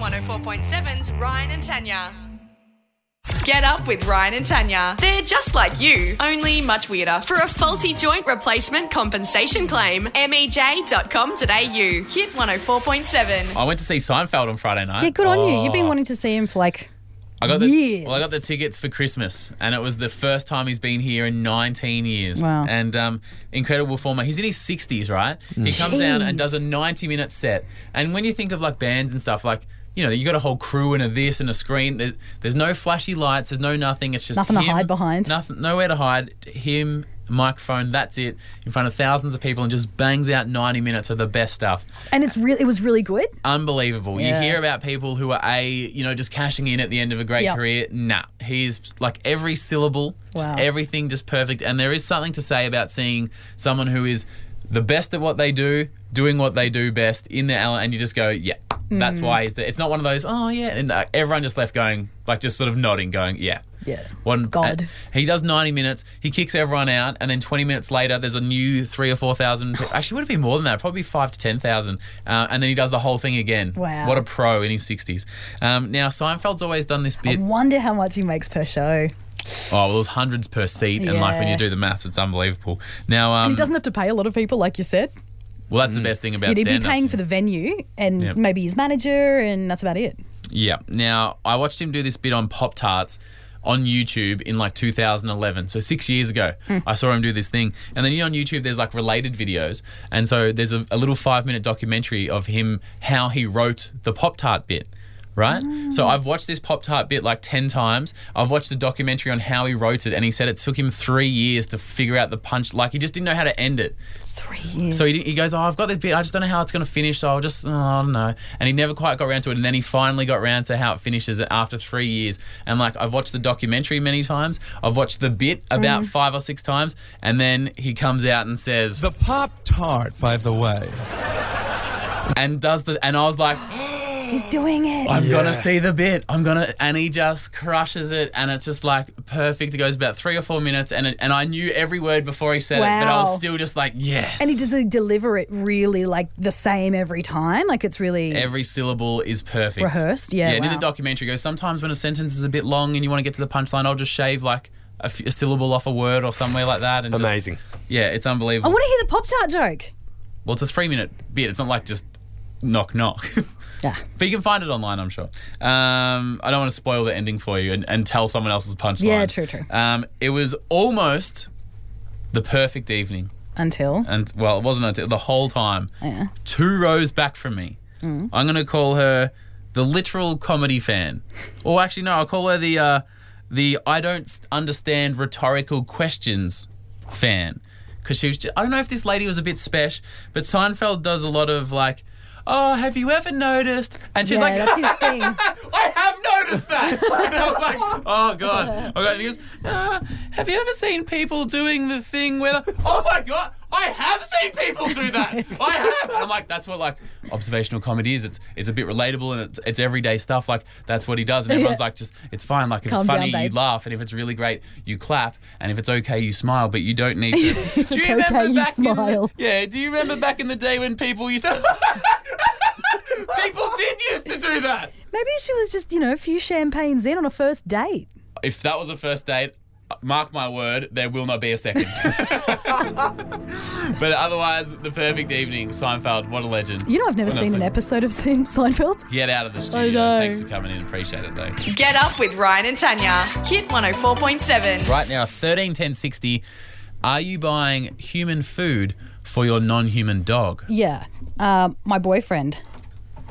104.7's Ryan and Tanya. Get up with Ryan and Tanya. They're just like you, only much weirder. For a faulty joint replacement compensation claim, E mej.com.au. Hit 104.7. I went to see Seinfeld on Friday night. Yeah, good on you. Oh. You've been wanting to see him for like. I got the, years. Well, I got the tickets for Christmas, and it was the first time he's been here in 19 years. Wow. And um, incredible former. He's in his 60s, right? He comes down and does a 90 minute set. And when you think of like bands and stuff, like, you know, you got a whole crew and a this and a screen. There's, there's no flashy lights, there's no nothing. It's just Nothing to him- hide behind. Nothing, nowhere to hide. Him, microphone, that's it, in front of thousands of people and just bangs out 90 minutes of the best stuff. And it's really, it was really good. unbelievable. Yeah. You hear about people who are a you know just cashing in at the end of a great Yep. career. Nah, he's like every syllable, Wow. just everything, just perfect. And there is something to say about seeing someone who is the best at what they do, doing what they do best in their element, and you just go, yeah. Mm. That's why he's there. It's not one of those, oh, yeah. And uh, everyone just left going, like, just sort of nodding, going, yeah. Yeah. One, God. uh, he does 90 minutes. He kicks everyone out, and then 20 minutes later, there's a new three or four thousand. pe- Actually, would have been more than that. Probably five to ten thousand. Uh, and then he does the whole thing again. Wow. What a pro in his 60s. Um, now Seinfeld's always done this bit. Wonder how much he makes per show. Oh, well, there's hundreds per seat, and like when Yeah. you do the maths, it's unbelievable. Now, um, He doesn't have to pay a lot of people, like you said. well, that's the best thing about He'd be stand-up. paying for the venue and Yep. maybe his manager, and that's about it. Yeah. Now, I watched him do this bit on Pop Tarts on YouTube in like 2011. So, six years ago, I saw him do this thing. And then, you know, on YouTube, there's like related videos. And so, there's a, a little five minute documentary of him, how he wrote the Pop Tart bit. Right? So I've watched this Pop Tart bit like 10 times. I've watched a documentary on how he wrote it, and he said it took him three years to figure out the punch. Like, he just didn't know how to end it. Three years. So he, he goes, Oh, I've got this bit. I just don't know how it's going to finish. So I'll just, oh, I don't know. And he never quite got around to it. And then he finally got around to how it finishes after three years. And like, I've watched the documentary many times. I've watched the bit Mm. about five or six times. And then he comes out and says, The Pop Tart, by the way. and does the, and I was like, He's doing it. I'm Yeah. gonna see the bit. I'm gonna, and he just crushes it, and it's just like perfect. It goes about three or four minutes, and it, and I knew every word before he said it, but I Wow. was still just like, yes. and he does deliver it really like the same every time. Like it's really. Every syllable is perfect. Rehearsed? Yeah, Yeah, and in wow. the documentary it goes, sometimes when a sentence is a bit long and you want to get to the punchline, I'll just shave like a, f- a syllable off a word or somewhere like that. And just- Amazing. yeah, it's I unbelievable. want to hear the Pop Tart joke. well, it's a three minute bit. It's not like just knock, knock. Yeah. But you can find it online, I'm sure. Um, I don't want to spoil the ending for you and, and tell someone else's punchline. Yeah, true, true. Um, it was almost the perfect evening. Until. And, well, it wasn't until the whole time Yeah. Mm. two rows back from me. I'm going to call her the literal comedy fan, or actually, no, I'll call her the uh, the I don't s- understand rhetorical questions fan, because she was. ju- I don't know if this lady was a bit special, but Seinfeld does a lot of like. Oh, have you ever noticed? And she's yeah, like, that's his thing. I have noticed that. and I was like, oh god. I got and he goes, uh, have you ever seen people doing the thing where? the- oh my god, I have seen people do that. I have. And I'm like, that's what like observational comedy is. It's it's a bit relatable and it's it's everyday stuff. Like that's what he does. And everyone's like, just it's fine. Like if Calm it's down, funny, you babe. laugh, and if it's really great, you clap, and if it's okay, you smile. But you don't need to. do it's you remember okay, you back in smile. the, yeah? Do you remember back in the day when people used to? people did used to do that. Maybe she was just, you know, a few champagnes in on a first date. if that was a first date, mark my word, there will not be a second. but otherwise, the perfect evening. Seinfeld, what a legend. You know, I've never What seen else? an episode of Sein- Seinfeld. Get out of the studio. know. Thanks for coming in. Appreciate it, though. Get up with Ryan and Tanya. Hit 104.7. Right now, thirteen ten sixty. Are you buying human food for your non-human dog? Yeah. Um, my boyfriend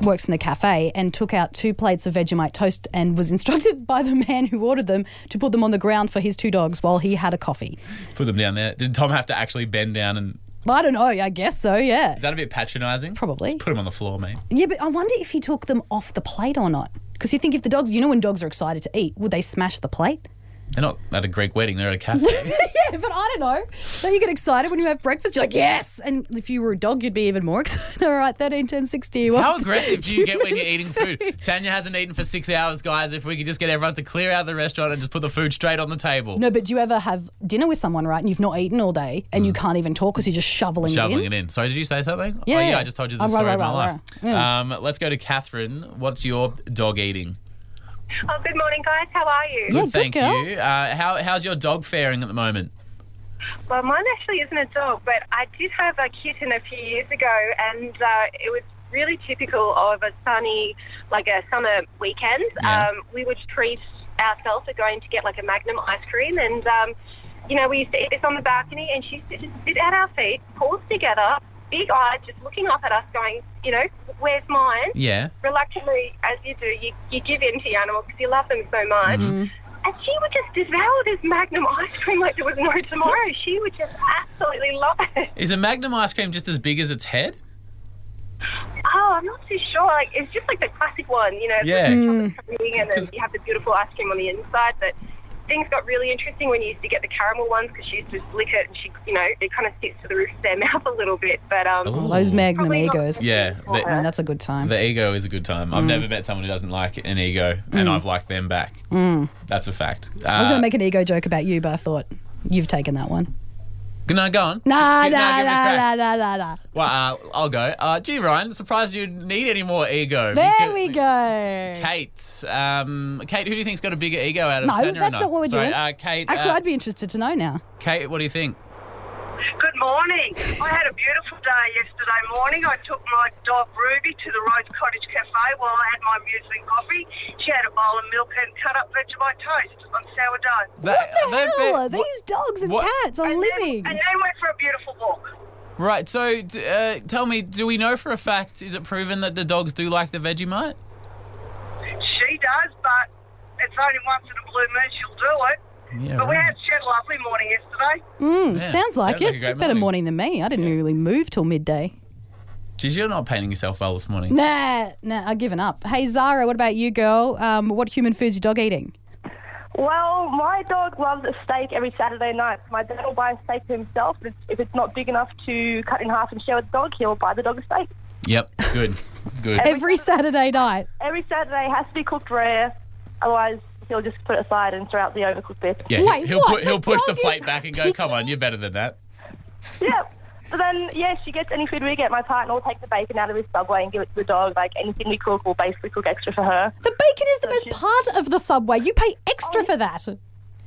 works in a cafe and took out two plates of Vegemite toast and was instructed by the man who ordered them to put them on the ground for his two dogs while he had a coffee. Put them down there. Did Tom have to actually bend down and? But I don't know. I guess so. Yeah. Is that a bit patronising? Probably. Just put them on the floor, mate. Yeah, but I wonder if he took them off the plate or not. Because you think if the dogs, you know, when dogs are excited to eat, would they smash the plate? They're not at a Greek wedding, they're at a cafe. yeah, but I don't know. Don't you get excited when you have breakfast? You're like, yes. And if you were a dog, you'd be even more excited. All right, 13, 10, 60. How What? aggressive do you get when you're eating food? Tanya hasn't eaten for six hours, guys. If we could just get everyone to clear out the restaurant and just put the food straight on the table. No, but do you ever have dinner with someone, right? And you've not eaten all day and you can't even talk because you're just Mm. shoveling, Shoveling it in? it in. Sorry, did you say something? Yeah, oh, yeah, yeah. I just told you the Oh, right, story right, of my right, life. right. Um, let's go to Catherine. What's your dog eating? Oh, good morning, guys. How are you? Yeah, good Thank girl. you. Uh, how, how's your dog faring at the moment? Well, mine actually isn't a dog, but I did have a kitten a few years ago, and uh, it was really typical of a sunny, like a summer weekend. Yeah. Um, we would treat ourselves to going to get like a Magnum ice cream, and um, you know we used to eat this on the balcony, and she used to just sit at our feet, paws together, big eyed, just looking up at us, going, you know, where's mine? Yeah. reluctantly, as you do, you, you give in to your animal because you love them so much. And she would just devour this Magnum ice cream like there was no tomorrow. She would just absolutely love it. Is a Magnum ice cream just as big as its head? Oh, I'm not too sure. Like it's just like the classic one, you know. it's Yeah. got the chocolate coating And then 'Cause- you have the beautiful ice cream on the inside. But things got really interesting when you used to get the caramel ones because she used to lick it and she, you know, it kind of sits to the roof of their mouth a little bit. But um, Ooh. Oh, Those magnum Probably not. egos. Yeah. Well, I mean, The, that's Mm. a good time. the ego is a good time. I've never met someone who doesn't like an ego, and I've liked them back. That's a fact. Uh, Mm. I was going to make an ego joke about you, but I thought you've taken that one. No, go on. Nah, Give- no, give nah, it a crack. nah, nah, nah, nah, nah. Well, uh, I'll go. Uh, gee, Ryan, surprised you need any more ego. There Because- we go. Kate, um, Kate, who do you think's got a bigger ego out of No, Tanya or that's not what we're Sorry, doing. Uh, Kate, Actually, uh, I'd be interested to know now. Kate, what do you think? Good morning. I had a beautiful day yesterday morning. I took my dog Ruby to the Rose Cottage Cafe while I had my muesli and coffee. She had a bowl of milk and cut up Vegemite toast on sourdough. That- What the that- hell that- are these dogs and what- cats are And living? Then, and then went for a beautiful walk. Right, so d- uh, tell me, do we know for a fact, is it proven that the dogs do like the Vegemite? She does, but it's only once in a blue moon she'll do it. Yeah, but we right. had, she had a lovely morning yesterday. Yeah, Mm, Sounds like a it. great better morning than me. I didn't really move till midday. Geez, you're not painting yourself well this morning. Nah, nah, I've given up. Hey, Zara, what about you, girl? Um, what human food's your dog eating? Well, my dog loves a steak every Saturday night. My dad will buy a steak for himself. If it's, if it's not big enough to cut in half and share with the dog, he'll buy the dog a steak. Yep, good, good. Every Saturday night. Every Saturday it has to be cooked rare, otherwise he'll just put it aside and throw out the overcooked bits. Yeah, Wait, he'll, what? Put, he'll The push the dog is plate back and go, come picky? on, you're better than that. Yeah. But then, yeah, if she gets any food we get. My partner will take the bacon out of his subway and give it to the dog. Like anything we cook, we'll basically cook extra for her. The bacon is the So best she's- part of the subway. You pay extra for that.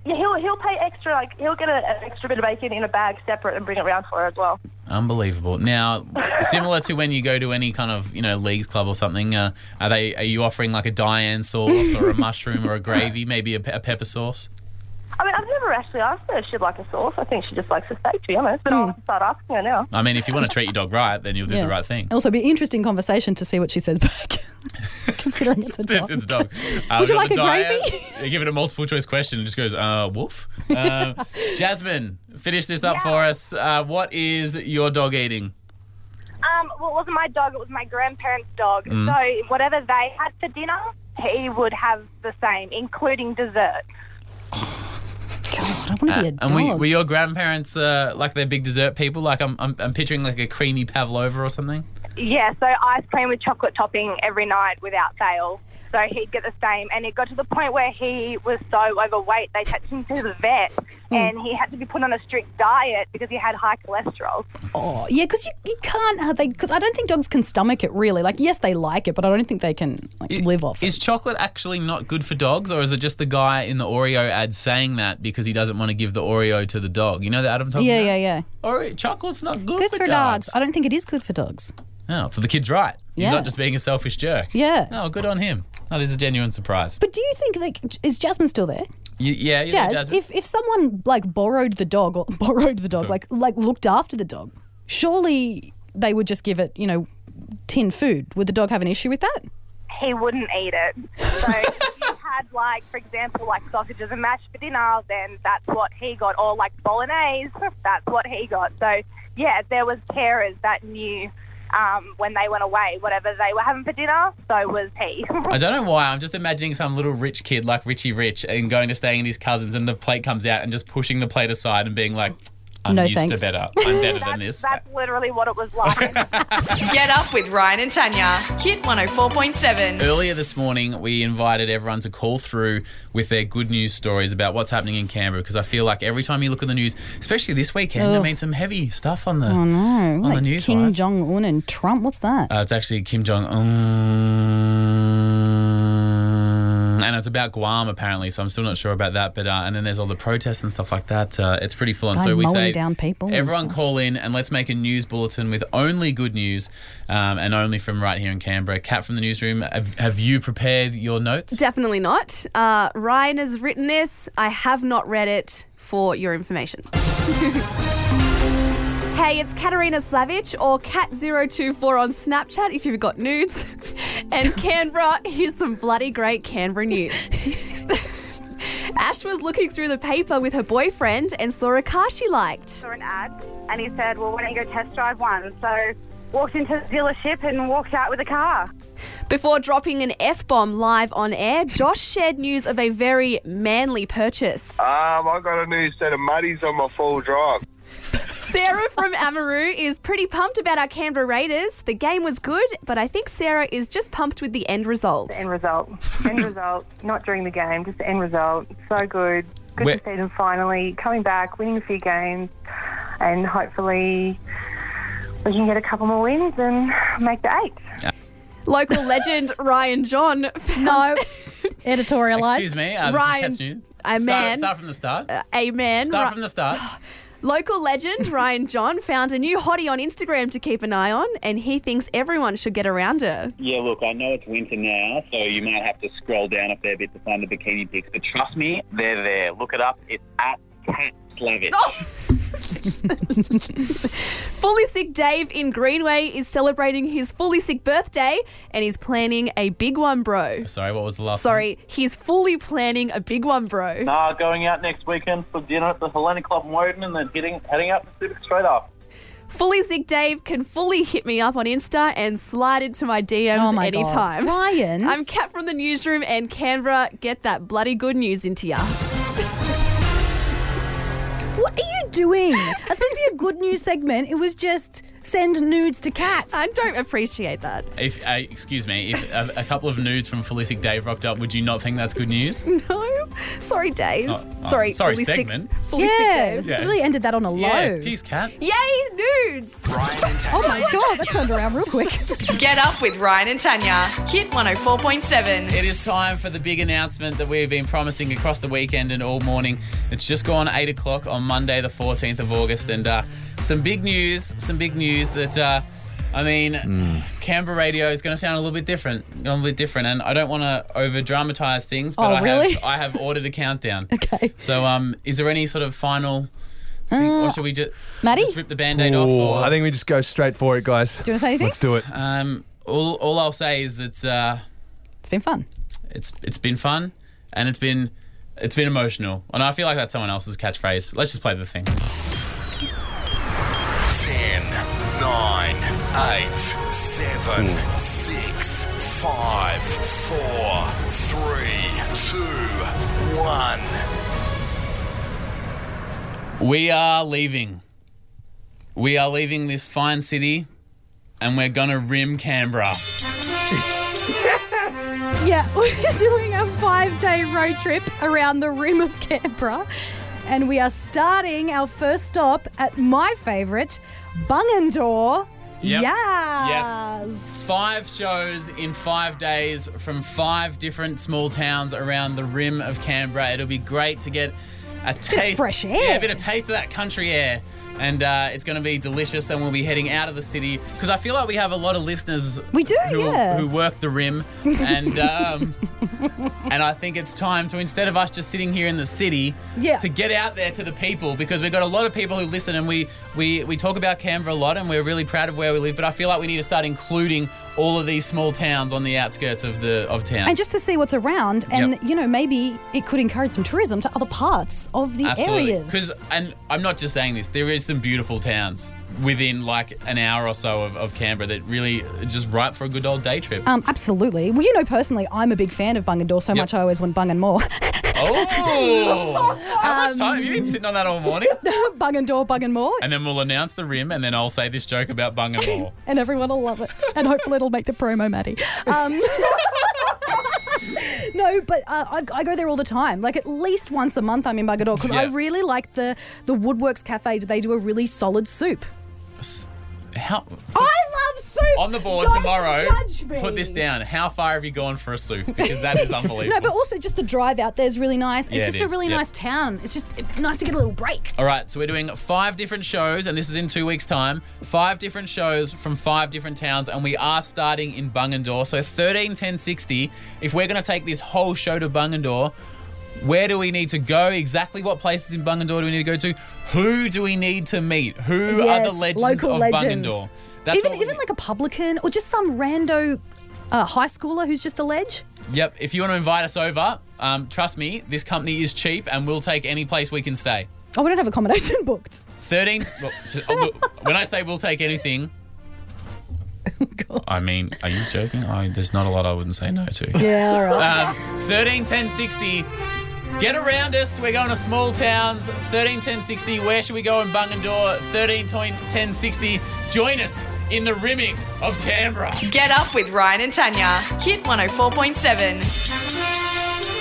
Yeah, he'll he'll pay extra. Like he'll get a, an extra bit of bacon in a bag separate and bring it round for her as well. Unbelievable. Now, similar to when you go to any kind of you know leagues club or something, uh, are they are you offering like a Diane sauce or a mushroom or a gravy, maybe a, pe- a pepper sauce? I mean, I've never actually asked her if she'd like a sauce. I think she just likes a steak, to be honest. But I'll have to start asking her now. I mean, if you want to treat your dog right, then you'll do Yeah. the right thing. Also, be an interesting conversation to see what she says back, considering it's a dog. It's, it's a dog. Uh, we've Would got you the like a Diane. gravy? They give it a multiple choice question and just goes, uh, "Wolf." Uh, Jasmine, finish this up for us. Uh, what is your dog eating? Um, well, it wasn't my dog, it was my grandparents' dog. So whatever they had for dinner, he would have the same, including dessert. God, I want to be a dog. Uh, and we, were your grandparents uh, like they're big dessert people? Like I'm, I'm, I'm picturing like a creamy pavlova or something. Yeah, so ice cream with chocolate topping every night without fail. So he'd get the same. And it got to the point where he was so overweight, they took him to the vet and he had to be put on a strict diet because he had high cholesterol. Oh, yeah, because you, you can't. Uh, they because I don't think dogs can stomach it really. Like, yes, they like it, but I don't think they can like live off it. Is chocolate actually not good for dogs, or is it just the guy in the Oreo ad saying that because he doesn't want to give the Oreo to the dog? You know that Adam talking Yeah, about? yeah, yeah. Oreo, chocolate's not good, Good for, for dogs. I don't think it is good for dogs. Oh, so the kid's right. He's Yeah. not just being a selfish jerk. Yeah. Oh, good on him. That is a genuine surprise. But do you think like is Jasmine still there? You, yeah, you Jazz, Jasmine. if if someone like borrowed the dog or borrowed the dog, like like looked after the dog, surely they would just give it, you know, tin food. Would the dog have an issue with that? he wouldn't eat it. So if you had like, for example, like sausages and mash for dinner, then that's what he got, or like bolognese, that's what he got. So yeah, there was carers that knew um, when they went away, whatever they were having for dinner, so was he. I don't know why. I'm just imagining some little rich kid like Richie Rich and going to staying at his cousins, and the plate comes out and just pushing the plate aside and being like, "I'm No used thanks. to better. I'm better than this." That's literally what it was like. Get up with Ryan and Tanya. Hit 104.7. Earlier this morning, we invited everyone to call through with their good news stories about what's happening in Canberra because I feel like every time you look at the news, especially this weekend, I mean, some heavy stuff on the on the Oh, Like news. King wise. Jong Un and Trump. What's that? Uh, it's actually Kim Jong Un. And it's about Guam apparently, so I'm still not sure about that. But uh, and then there's all the protests and stuff like that. Uh, it's pretty full on. Guy So we mowing say down people and Everyone stuff. call in and let's make a news bulletin with only good news, um, and only from right here in Canberra. Kat from the newsroom, have, have you prepared your notes? Definitely not. Uh, Ryan has written this. I have not read it for your information. hey, it's Katarina Slavich or Cat024 on Snapchat if you've got nudes. And Canberra, here's some bloody great Canberra news. Ash was looking through the paper with her boyfriend and saw a car she liked. saw an ad and he said, Well, why don't you go test drive one? So walked into the dealership and walked out with a car. Before dropping an F bomb live on air, Josh shared news of a very manly purchase. Um, I got a new set of muddies on my full drive. Sarah from Amaru is pretty pumped about our Canberra Raiders. The game was good, but I think Sarah is just pumped with the end result. End result. End result. Not during the game, just the end result. So good. Good Where- to see them finally coming back, winning a few games, and hopefully we can get a couple more wins and make the eight. Local legend Ryan John. Found No. Editorialized. Excuse me, uh, this Ryan, is Kat's new. a start, man- Start from the start. Uh, a man. start Ri- from the start. Local legend Ryan John found a new hottie on Instagram to keep an eye on, and he thinks everyone should get around her. Yeah, look, I know it's winter now, so you might have to scroll down a fair bit to find the bikini pics, but trust me, they're there. Look it up. It's at Cat Slavic. Fully sick Dave in Greenway is celebrating his fully sick birthday, and he's planning a big one, bro. Sorry, what was the last? Sorry, he's fully planning a big one, bro. Uh, going out next weekend for dinner at the Hellenic Club in Woden and then heading, heading out to Civic straight off. Fully Zig Dave can fully hit me up on Insta and slide into my DMs Oh my anytime. God. Ryan. I'm Kat from the newsroom and Canberra. Get that bloody good news into ya. What are you doing? That's supposed to be a good news segment. It was just send nudes to cats. I don't appreciate that. one? If, uh, excuse me, if a, a couple of nudes from Felicic Dave rocked up, would you not think that's good news? No, sorry, Dave. Oh, oh, sorry, sorry, Fully Sick- segment. Fully Sick yeah, Dave. it's Yeah. really ended that on a low. Yeah, geez, Kat. Yay, nudes. Ryan and oh my god, that turned around real quick. Get up with Ryan and Tanya. Hit 104.7. It is time for the big announcement that we've been promising across the weekend and all morning. It's just gone 8 o'clock on Monday, the 14th of August, and uh, some big news, some big news that. Uh, I mean, Canberra radio is going to sound a little bit different, a little bit different, and I don't want to over dramatise things, but Oh, I really? have I have ordered a countdown. okay. Uh, So, um, is there any sort of final, thing, or should we just, Maddie? just rip the band-aid off? Or, I think we just go straight for it, guys. Do you want to say anything? Let's do it. Uh. um, all, all I'll say is that uh, It's been fun. it's it's been fun and it's been it's been emotional. And I feel like that's someone else's catchphrase. Let's just play the thing. 10, 9, 8, 7, 6, 5, 4, 3, 2, 1. We are leaving. We are leaving this fine city and we're gonna rim Canberra. Yeah, we're doing a five day road trip around the rim of Canberra. And we are starting our first stop at my favourite, Bungendore. Yep. Yes. Five shows in five days from five different small towns around the rim of Canberra. It'll be great to get a taste, fresh air. yeah, a bit of taste of that country air. And uh, it's going to be delicious, and we'll be heading out of the city because I feel like we have a lot of listeners. We do, who, yeah. who work the rim, and um, and I think it's time to instead of us just sitting here in the city, Yeah. to get out there to the people because we've got a lot of people who listen and we, we, we talk about Canberra a lot and we're really proud of where we live, but I feel like we need to start including all of these small towns on the outskirts of the of town. And just to see what's around, and Yep. you know, maybe it could encourage some tourism to other parts of the Absolutely. areas. Because and I'm not just saying this, there is some beautiful towns. within like an hour or so of, of Canberra that really are just right for a good old day trip. Um, absolutely. Well, you know, personally, I'm a big fan of Bungendore so Yep. much I always want Bungendore. oh, how Um, much time have you been sitting on that all morning? Bungendore, Bungendore, And then we'll announce the rim, and then I'll say this joke about Bung and Moore. and everyone will love it. And hopefully it'll make the promo, Maddie. Um, no, but uh, I, I go there all the time. Like at least once a month, I'm in Bungendore because I Yeah. really like the the Woodworks Cafe. They do a really solid soup. S- How, I love soup. on the board Don't tomorrow, judge me. put this down. How far have you gone for a soup? Because that is unbelievable. No, but also just the drive out there is really nice. It's Yeah, it just a is. really Yeah. nice town. It's just it- nice to get a little break. All right, so we're doing five different shows, and this is in two weeks' time. Five different shows from five different towns, and we are starting in Bungendore. So 13, 10, 60. If we're going to take this whole show to Bungendore, where do we need to go? Exactly what places in Bungendore do we need to go to? Who do we need to meet? Who are Yes, the legends local of legends. Bungendore? even what we even like a publican or just some rando uh, high schooler who's just a ledge. Yep. If you want to invite us over, um, trust me, this company is cheap and we'll take any place we can stay. Oh, we don't have accommodation booked. 13. well, just- oh, look, when I say we'll take anything. I mean, are you joking? I, there's not a lot I wouldn't say no to. Yeah, all Um, 13, 10, 60. Get around us. We're going to small towns. 13, 10, 60. Where should we go in Bungendore? 13, 10, 60. Join us in the rimming of Canberra. Get up with Ryan and Tanya. Hit 104.7.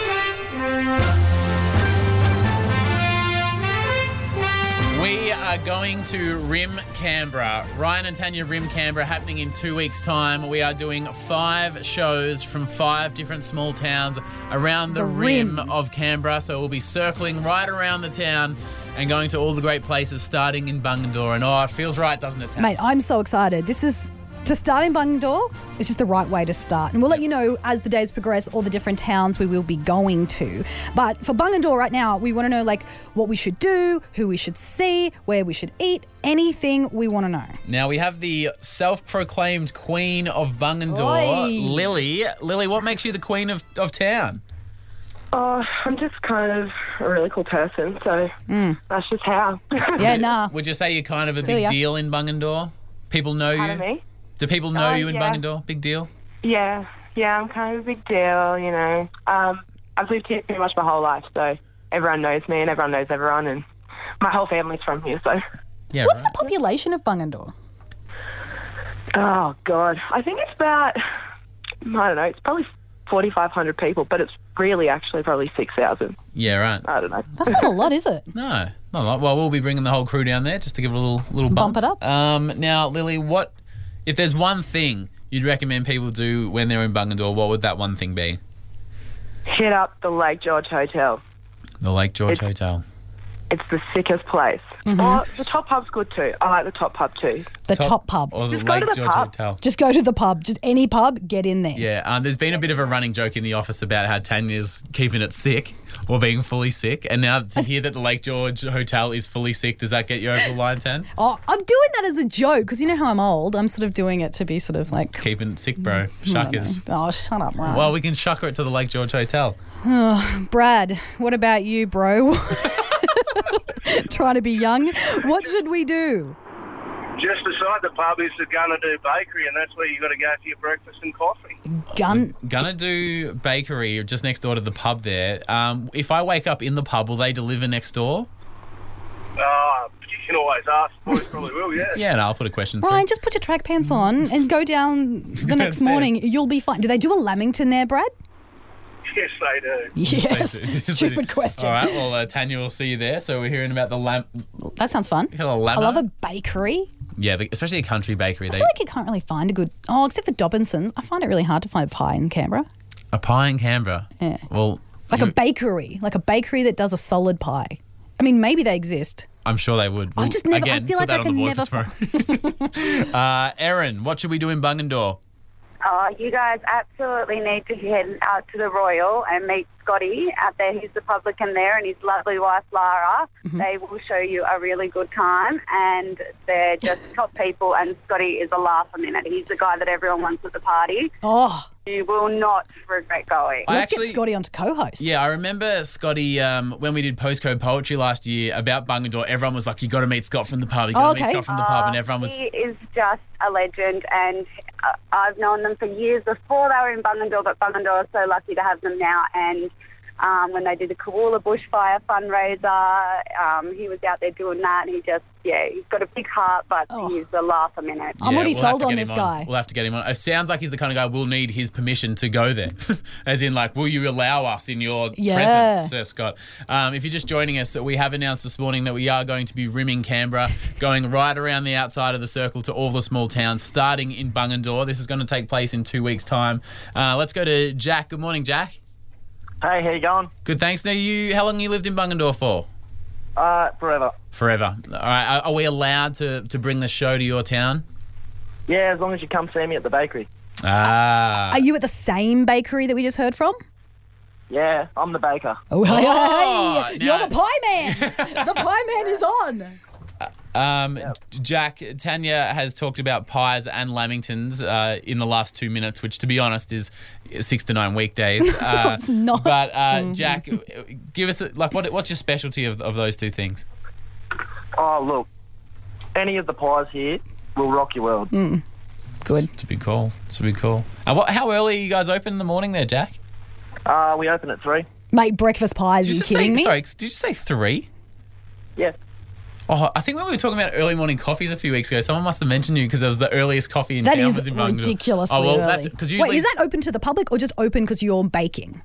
We are going to Rim Canberra. Ryan and Tanya Rim Canberra happening in two weeks' time. We are doing five shows from five different small towns around the, The rim. rim. of Canberra. So we'll be circling right around the town and going to all the great places, starting in Bungendore. And oh, it feels right, doesn't it, Tanya? Mate, I'm so excited. This is to start in Bungendore. It's just the right way to start, and we'll let you know as the days progress all the different towns we will be going to. But for Bungendore right now, we want to know like what we should do, who we should see, where we should eat, anything we want to know. Now we have the self-proclaimed queen of Bungendore, Oi. Lily. Lily, what makes you the queen of, of town? Oh, I'm just kind of a really cool person, so that's just how. Yeah, nah. Would you say you're kind of a Really, big yeah. deal in Bungendore? People know you. Pardon me? Do people know Oh, you in yeah. Bungendore? Big deal. Yeah, yeah, I'm kind of a big deal, you know. Um, I've lived here pretty much my whole life, so everyone knows me and everyone knows everyone, and my whole family's from here, so. Yeah, What's the population of Bungendore? Oh, God. I think it's about, I don't know, it's probably 4,500 people, but it's really actually probably 6,000. Yeah, right. I don't know. That's not a lot, is it? No, not a lot. Well, we'll be bringing the whole crew down there just to give it a little little bump, Bump it up. Um, now, Lily, what if there's one thing you'd recommend people do when they're in Bungendore? What would that one thing be? Hit up the Lake George Hotel. The Lake George Hotel. It's the sickest place. Or the top pub's good too. I like the top pub too. The top, pub. Or the Just go Lake to the George pub. Hotel. Just go to the pub. Just any pub, get in there. Yeah, um, there's been a bit of a running joke in the office about how Tanya's keeping it sick or being fully sick, and now to hear that the Lake George Hotel is fully sick, does that get you over the line, Tan? Oh, I'm doing that as a joke because you know how I'm old. I'm sort of doing it to be sort of like, Keeping it sick, bro. Shuckers. oh, shut up, Ryan. Well, we can shucker it to the Lake George Hotel. Oh, Brad, what about you, bro? Trying to be young. What should we do? Just beside the pub is the Gunner Do Bakery, and that's where you got to go for your breakfast and coffee. Gun. Gonna do bakery just next door to the pub there. Um, if I wake up in the pub, will they deliver next door? Ah, you can always ask. Boys probably will, yeah. Yeah, and I'll put a question through. Ryan, just put your track pants on and go down the next morning. You'll be fine. Do they do a Lamington there, Brad? Yes, they do. Yes. Stupid question. All right, well, uh, Tanya, we'll see you there. So we're hearing about the lamp. That sounds fun. Got a lamb- I love a bakery. Yeah, the, especially a country bakery. I They feel like you can't really find a good. Oh, except for Dobbinson's. I find it really hard to find a pie in Canberra. a pie in Canberra. Yeah. Well, Like Mm. a bakery, like a bakery that does a solid pie. I mean, maybe they exist. I'm sure they would. I've just never- I Again, feel put like that I on the can board for tomorrow. uh, Erin, what should we do in Bungendore? Uh, Oh, you guys absolutely need to head out to the Royal and meet Scotty out there, who's the publican there, and his lovely wife Lara. They will show you a really good time, and they're just top people. And Scotty is a laugh a minute. He's the guy that everyone wants at the party. Oh, you will not regret going. I actually- Scotty onto co-host. Yeah, I remember Scotty um, when we did postcode poetry last year about Bungadore. Everyone was like, "You got to meet Scott from the pub. You got to meet Scott from the pub," and Uh, everyone was. Ah. He is just a legend, and uh, I've known them for years before they were in Bungendore, but Bungendore is so lucky to have them now. And um, when they did the Koala Bushfire fundraiser, um, he was out there doing that. He just, yeah, he's got a big heart, but Oh. he's a laugh a minute. Yeah, we'll have to get him We'll have to get him on. It sounds like he's the kind of guy we'll need his permission to go there. As in, like, will you allow us in your Yeah. presence, Sir Scott? Um, if you're just joining us, we have announced this morning that we are going to be rimming Canberra, going right around the outside of the circle to all the small towns, starting in Bungendore. This is going to take place in two weeks' time. Uh, let's go to Jack. Good morning, Jack. Hey, how you going? Good, thanks. Now, you, how long you lived in Bungendore for? Uh, forever. Forever. All right. Are, are we allowed to, to bring the show to your town? Yeah, as long as you come see me at the bakery. Ah. Are you at the same bakery that we just heard from? Yeah, I'm the baker. Oh, hey, hey, now- you're the pie man. the pie man is on. Um, J- Jack, Tanya has talked about pies and lamingtons uh, in the last two minutes, which, to be honest, is six to nine weekdays. No, Uh, it's not. But uh, Mhm. Jack, give us a, like what, what's your specialty of, of those two things? Oh, look, any of the pies here will rock your world. Mm. Good. It's a big call. It's a big call. And what, how early are you guys open in the morning there, Jack? Uh, we open at three. Mate, breakfast pies. Are you Did you say- kidding me? Sorry, did you say three? Yeah. Oh, I think when we were talking about early morning coffees a few weeks ago, someone must have mentioned you because it was the earliest coffee in That town is was in Bungendore. ridiculously Oh well, early. that's because usually Wait, is that open to the public or just open because you're baking?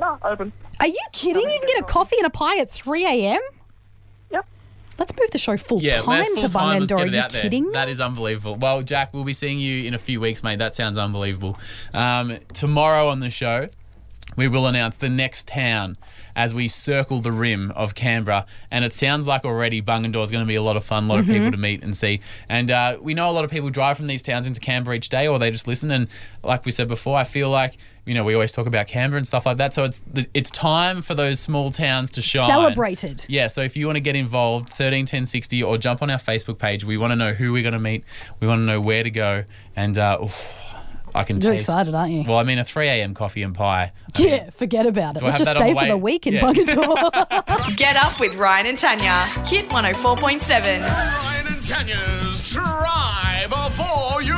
No, open. Are you kidding? You can get a coffee and a pie at 3 a.m.? Yep. Let's move the show full Yeah, time let's to full time. Let's Bungendore. get Are it you out there. kidding? That is unbelievable. Well, Jack, we'll be seeing you in a few weeks, mate. That sounds unbelievable. Um, tomorrow on the show, we will announce the next town as we circle the rim of Canberra. And it sounds like already Bungendore is going to be a lot of fun, a lot Mm-hmm. Mhm. of people to meet and see. And uh, we know a lot of people drive from these towns into Canberra each day, or they just listen. And like we said before, I feel like you know we always talk about Canberra and stuff like that. So it's the, it's time for those small towns to shine. Celebrated. Yeah, so if you want to get involved, 131060 or jump on our Facebook page. We want to know who we're going to meet. We want to know where to go. And uh, oof, I can You're taste. excited, aren't you? Well, I mean, a 3 a.m. coffee and pie. Yeah, forget about it. Do I Let's have just that on stay the for the way? week in Yeah. Bungendore. Get up with Ryan and Tanya. Hit 104.7. Ryan and Tanya's try before you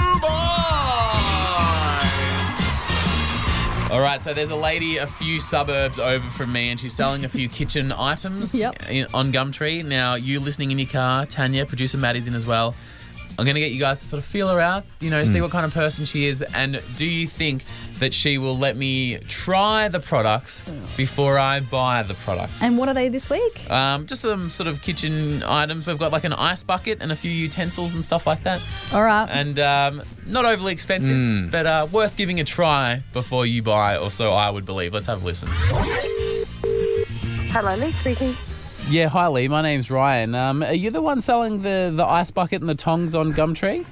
buy. All right, so there's a lady a few suburbs over from me, and she's selling a few kitchen items Yep. in, on Gumtree. Now, you listening in your car, Tanya, producer Maddie's in as well. I'm going to get you guys to sort of feel her out, you know, Hmm. see what kind of person she is, and do you think that she will let me try the products before I buy the products? And what are they this week? Um, just some sort of kitchen items. We've got like an ice bucket and a few utensils and stuff like that. All right. And um, not overly expensive, but uh, worth giving a try before you buy, or so I would believe. Let's have a listen. Hello, Lee speaking. Yeah, hi Lee. My name's Ryan. Um, are you the one selling the, the ice bucket and the tongs on Gumtree?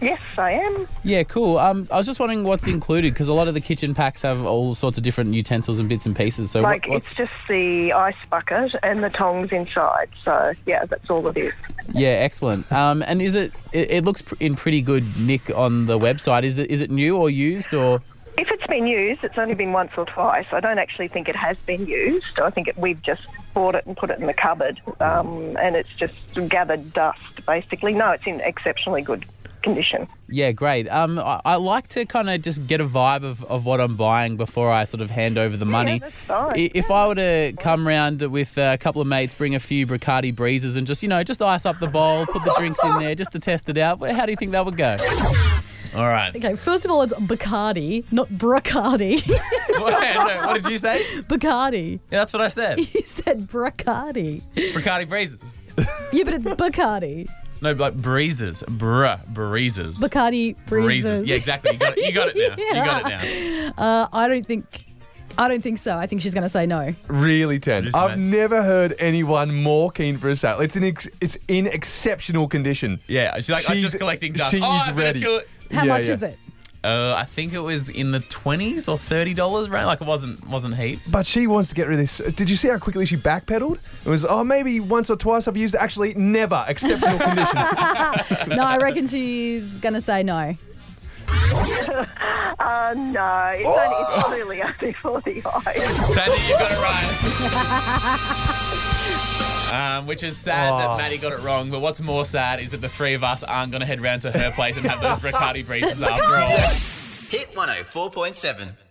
Yes, I am. Yeah, cool. Um, I was just wondering what's included because a lot of the kitchen packs have all sorts of different utensils and bits and pieces. So like, what, what's it's just the ice bucket and the tongs inside. So, yeah, that's all it is. yeah, excellent. Um, and is it, it it looks pr- in pretty good nick on the website? Is it is it new or used or? If it's been used, it's only been once or twice. I don't actually think it has been used. I think it, we've just bought it and put it in the cupboard, um, and it's just gathered dust, basically. No, it's in exceptionally good condition. Yeah, great. Um, I, I like to kind of just get a vibe of, of what I'm buying before I sort of hand over the money. fine. I- If I were to come round with uh, a couple of mates, bring a few Bacardi breezes, and just you know just ice up the bowl, put the drinks in there, just to test it out. How do you think that would go? All right. Okay, first of all, it's Bacardi, not Bracardi. what, what did you say? Bacardi. Yeah, that's what I said. You said Bracardi. Bacardi breezes. Yeah, but it's Bacardi. No, like breezes. Bruh, breezes. Bacardi breezes. Yeah, exactly. You got it, you got it now. You got it now. Uh, I don't think, I don't think so. I think she's going to say no. Really tense. I've never heard anyone more keen for a sale. It's in ex- it's in exceptional condition. Yeah, she's like, I'm just collecting dust. She's Oh, I'm gonna ready. kill it. How Yeah, much yeah. is it? Uh, I think it was in the twenties or thirty dollars range. Like it wasn't wasn't heaps. But she wants to get rid of this. Did you see how quickly she backpedaled? It was, oh, maybe once or twice I've used it. Actually, never, except for your condition. no, I reckon she's gonna say no. Uh, no, it's, only, it's clearly only for the eyes. Sandy, you got it right. Um, which is sad Oh. that Maddie got it wrong, but what's more sad is that the three of us aren't going to head round to her place and have those Bacardi breezes after all. Hit 104.7.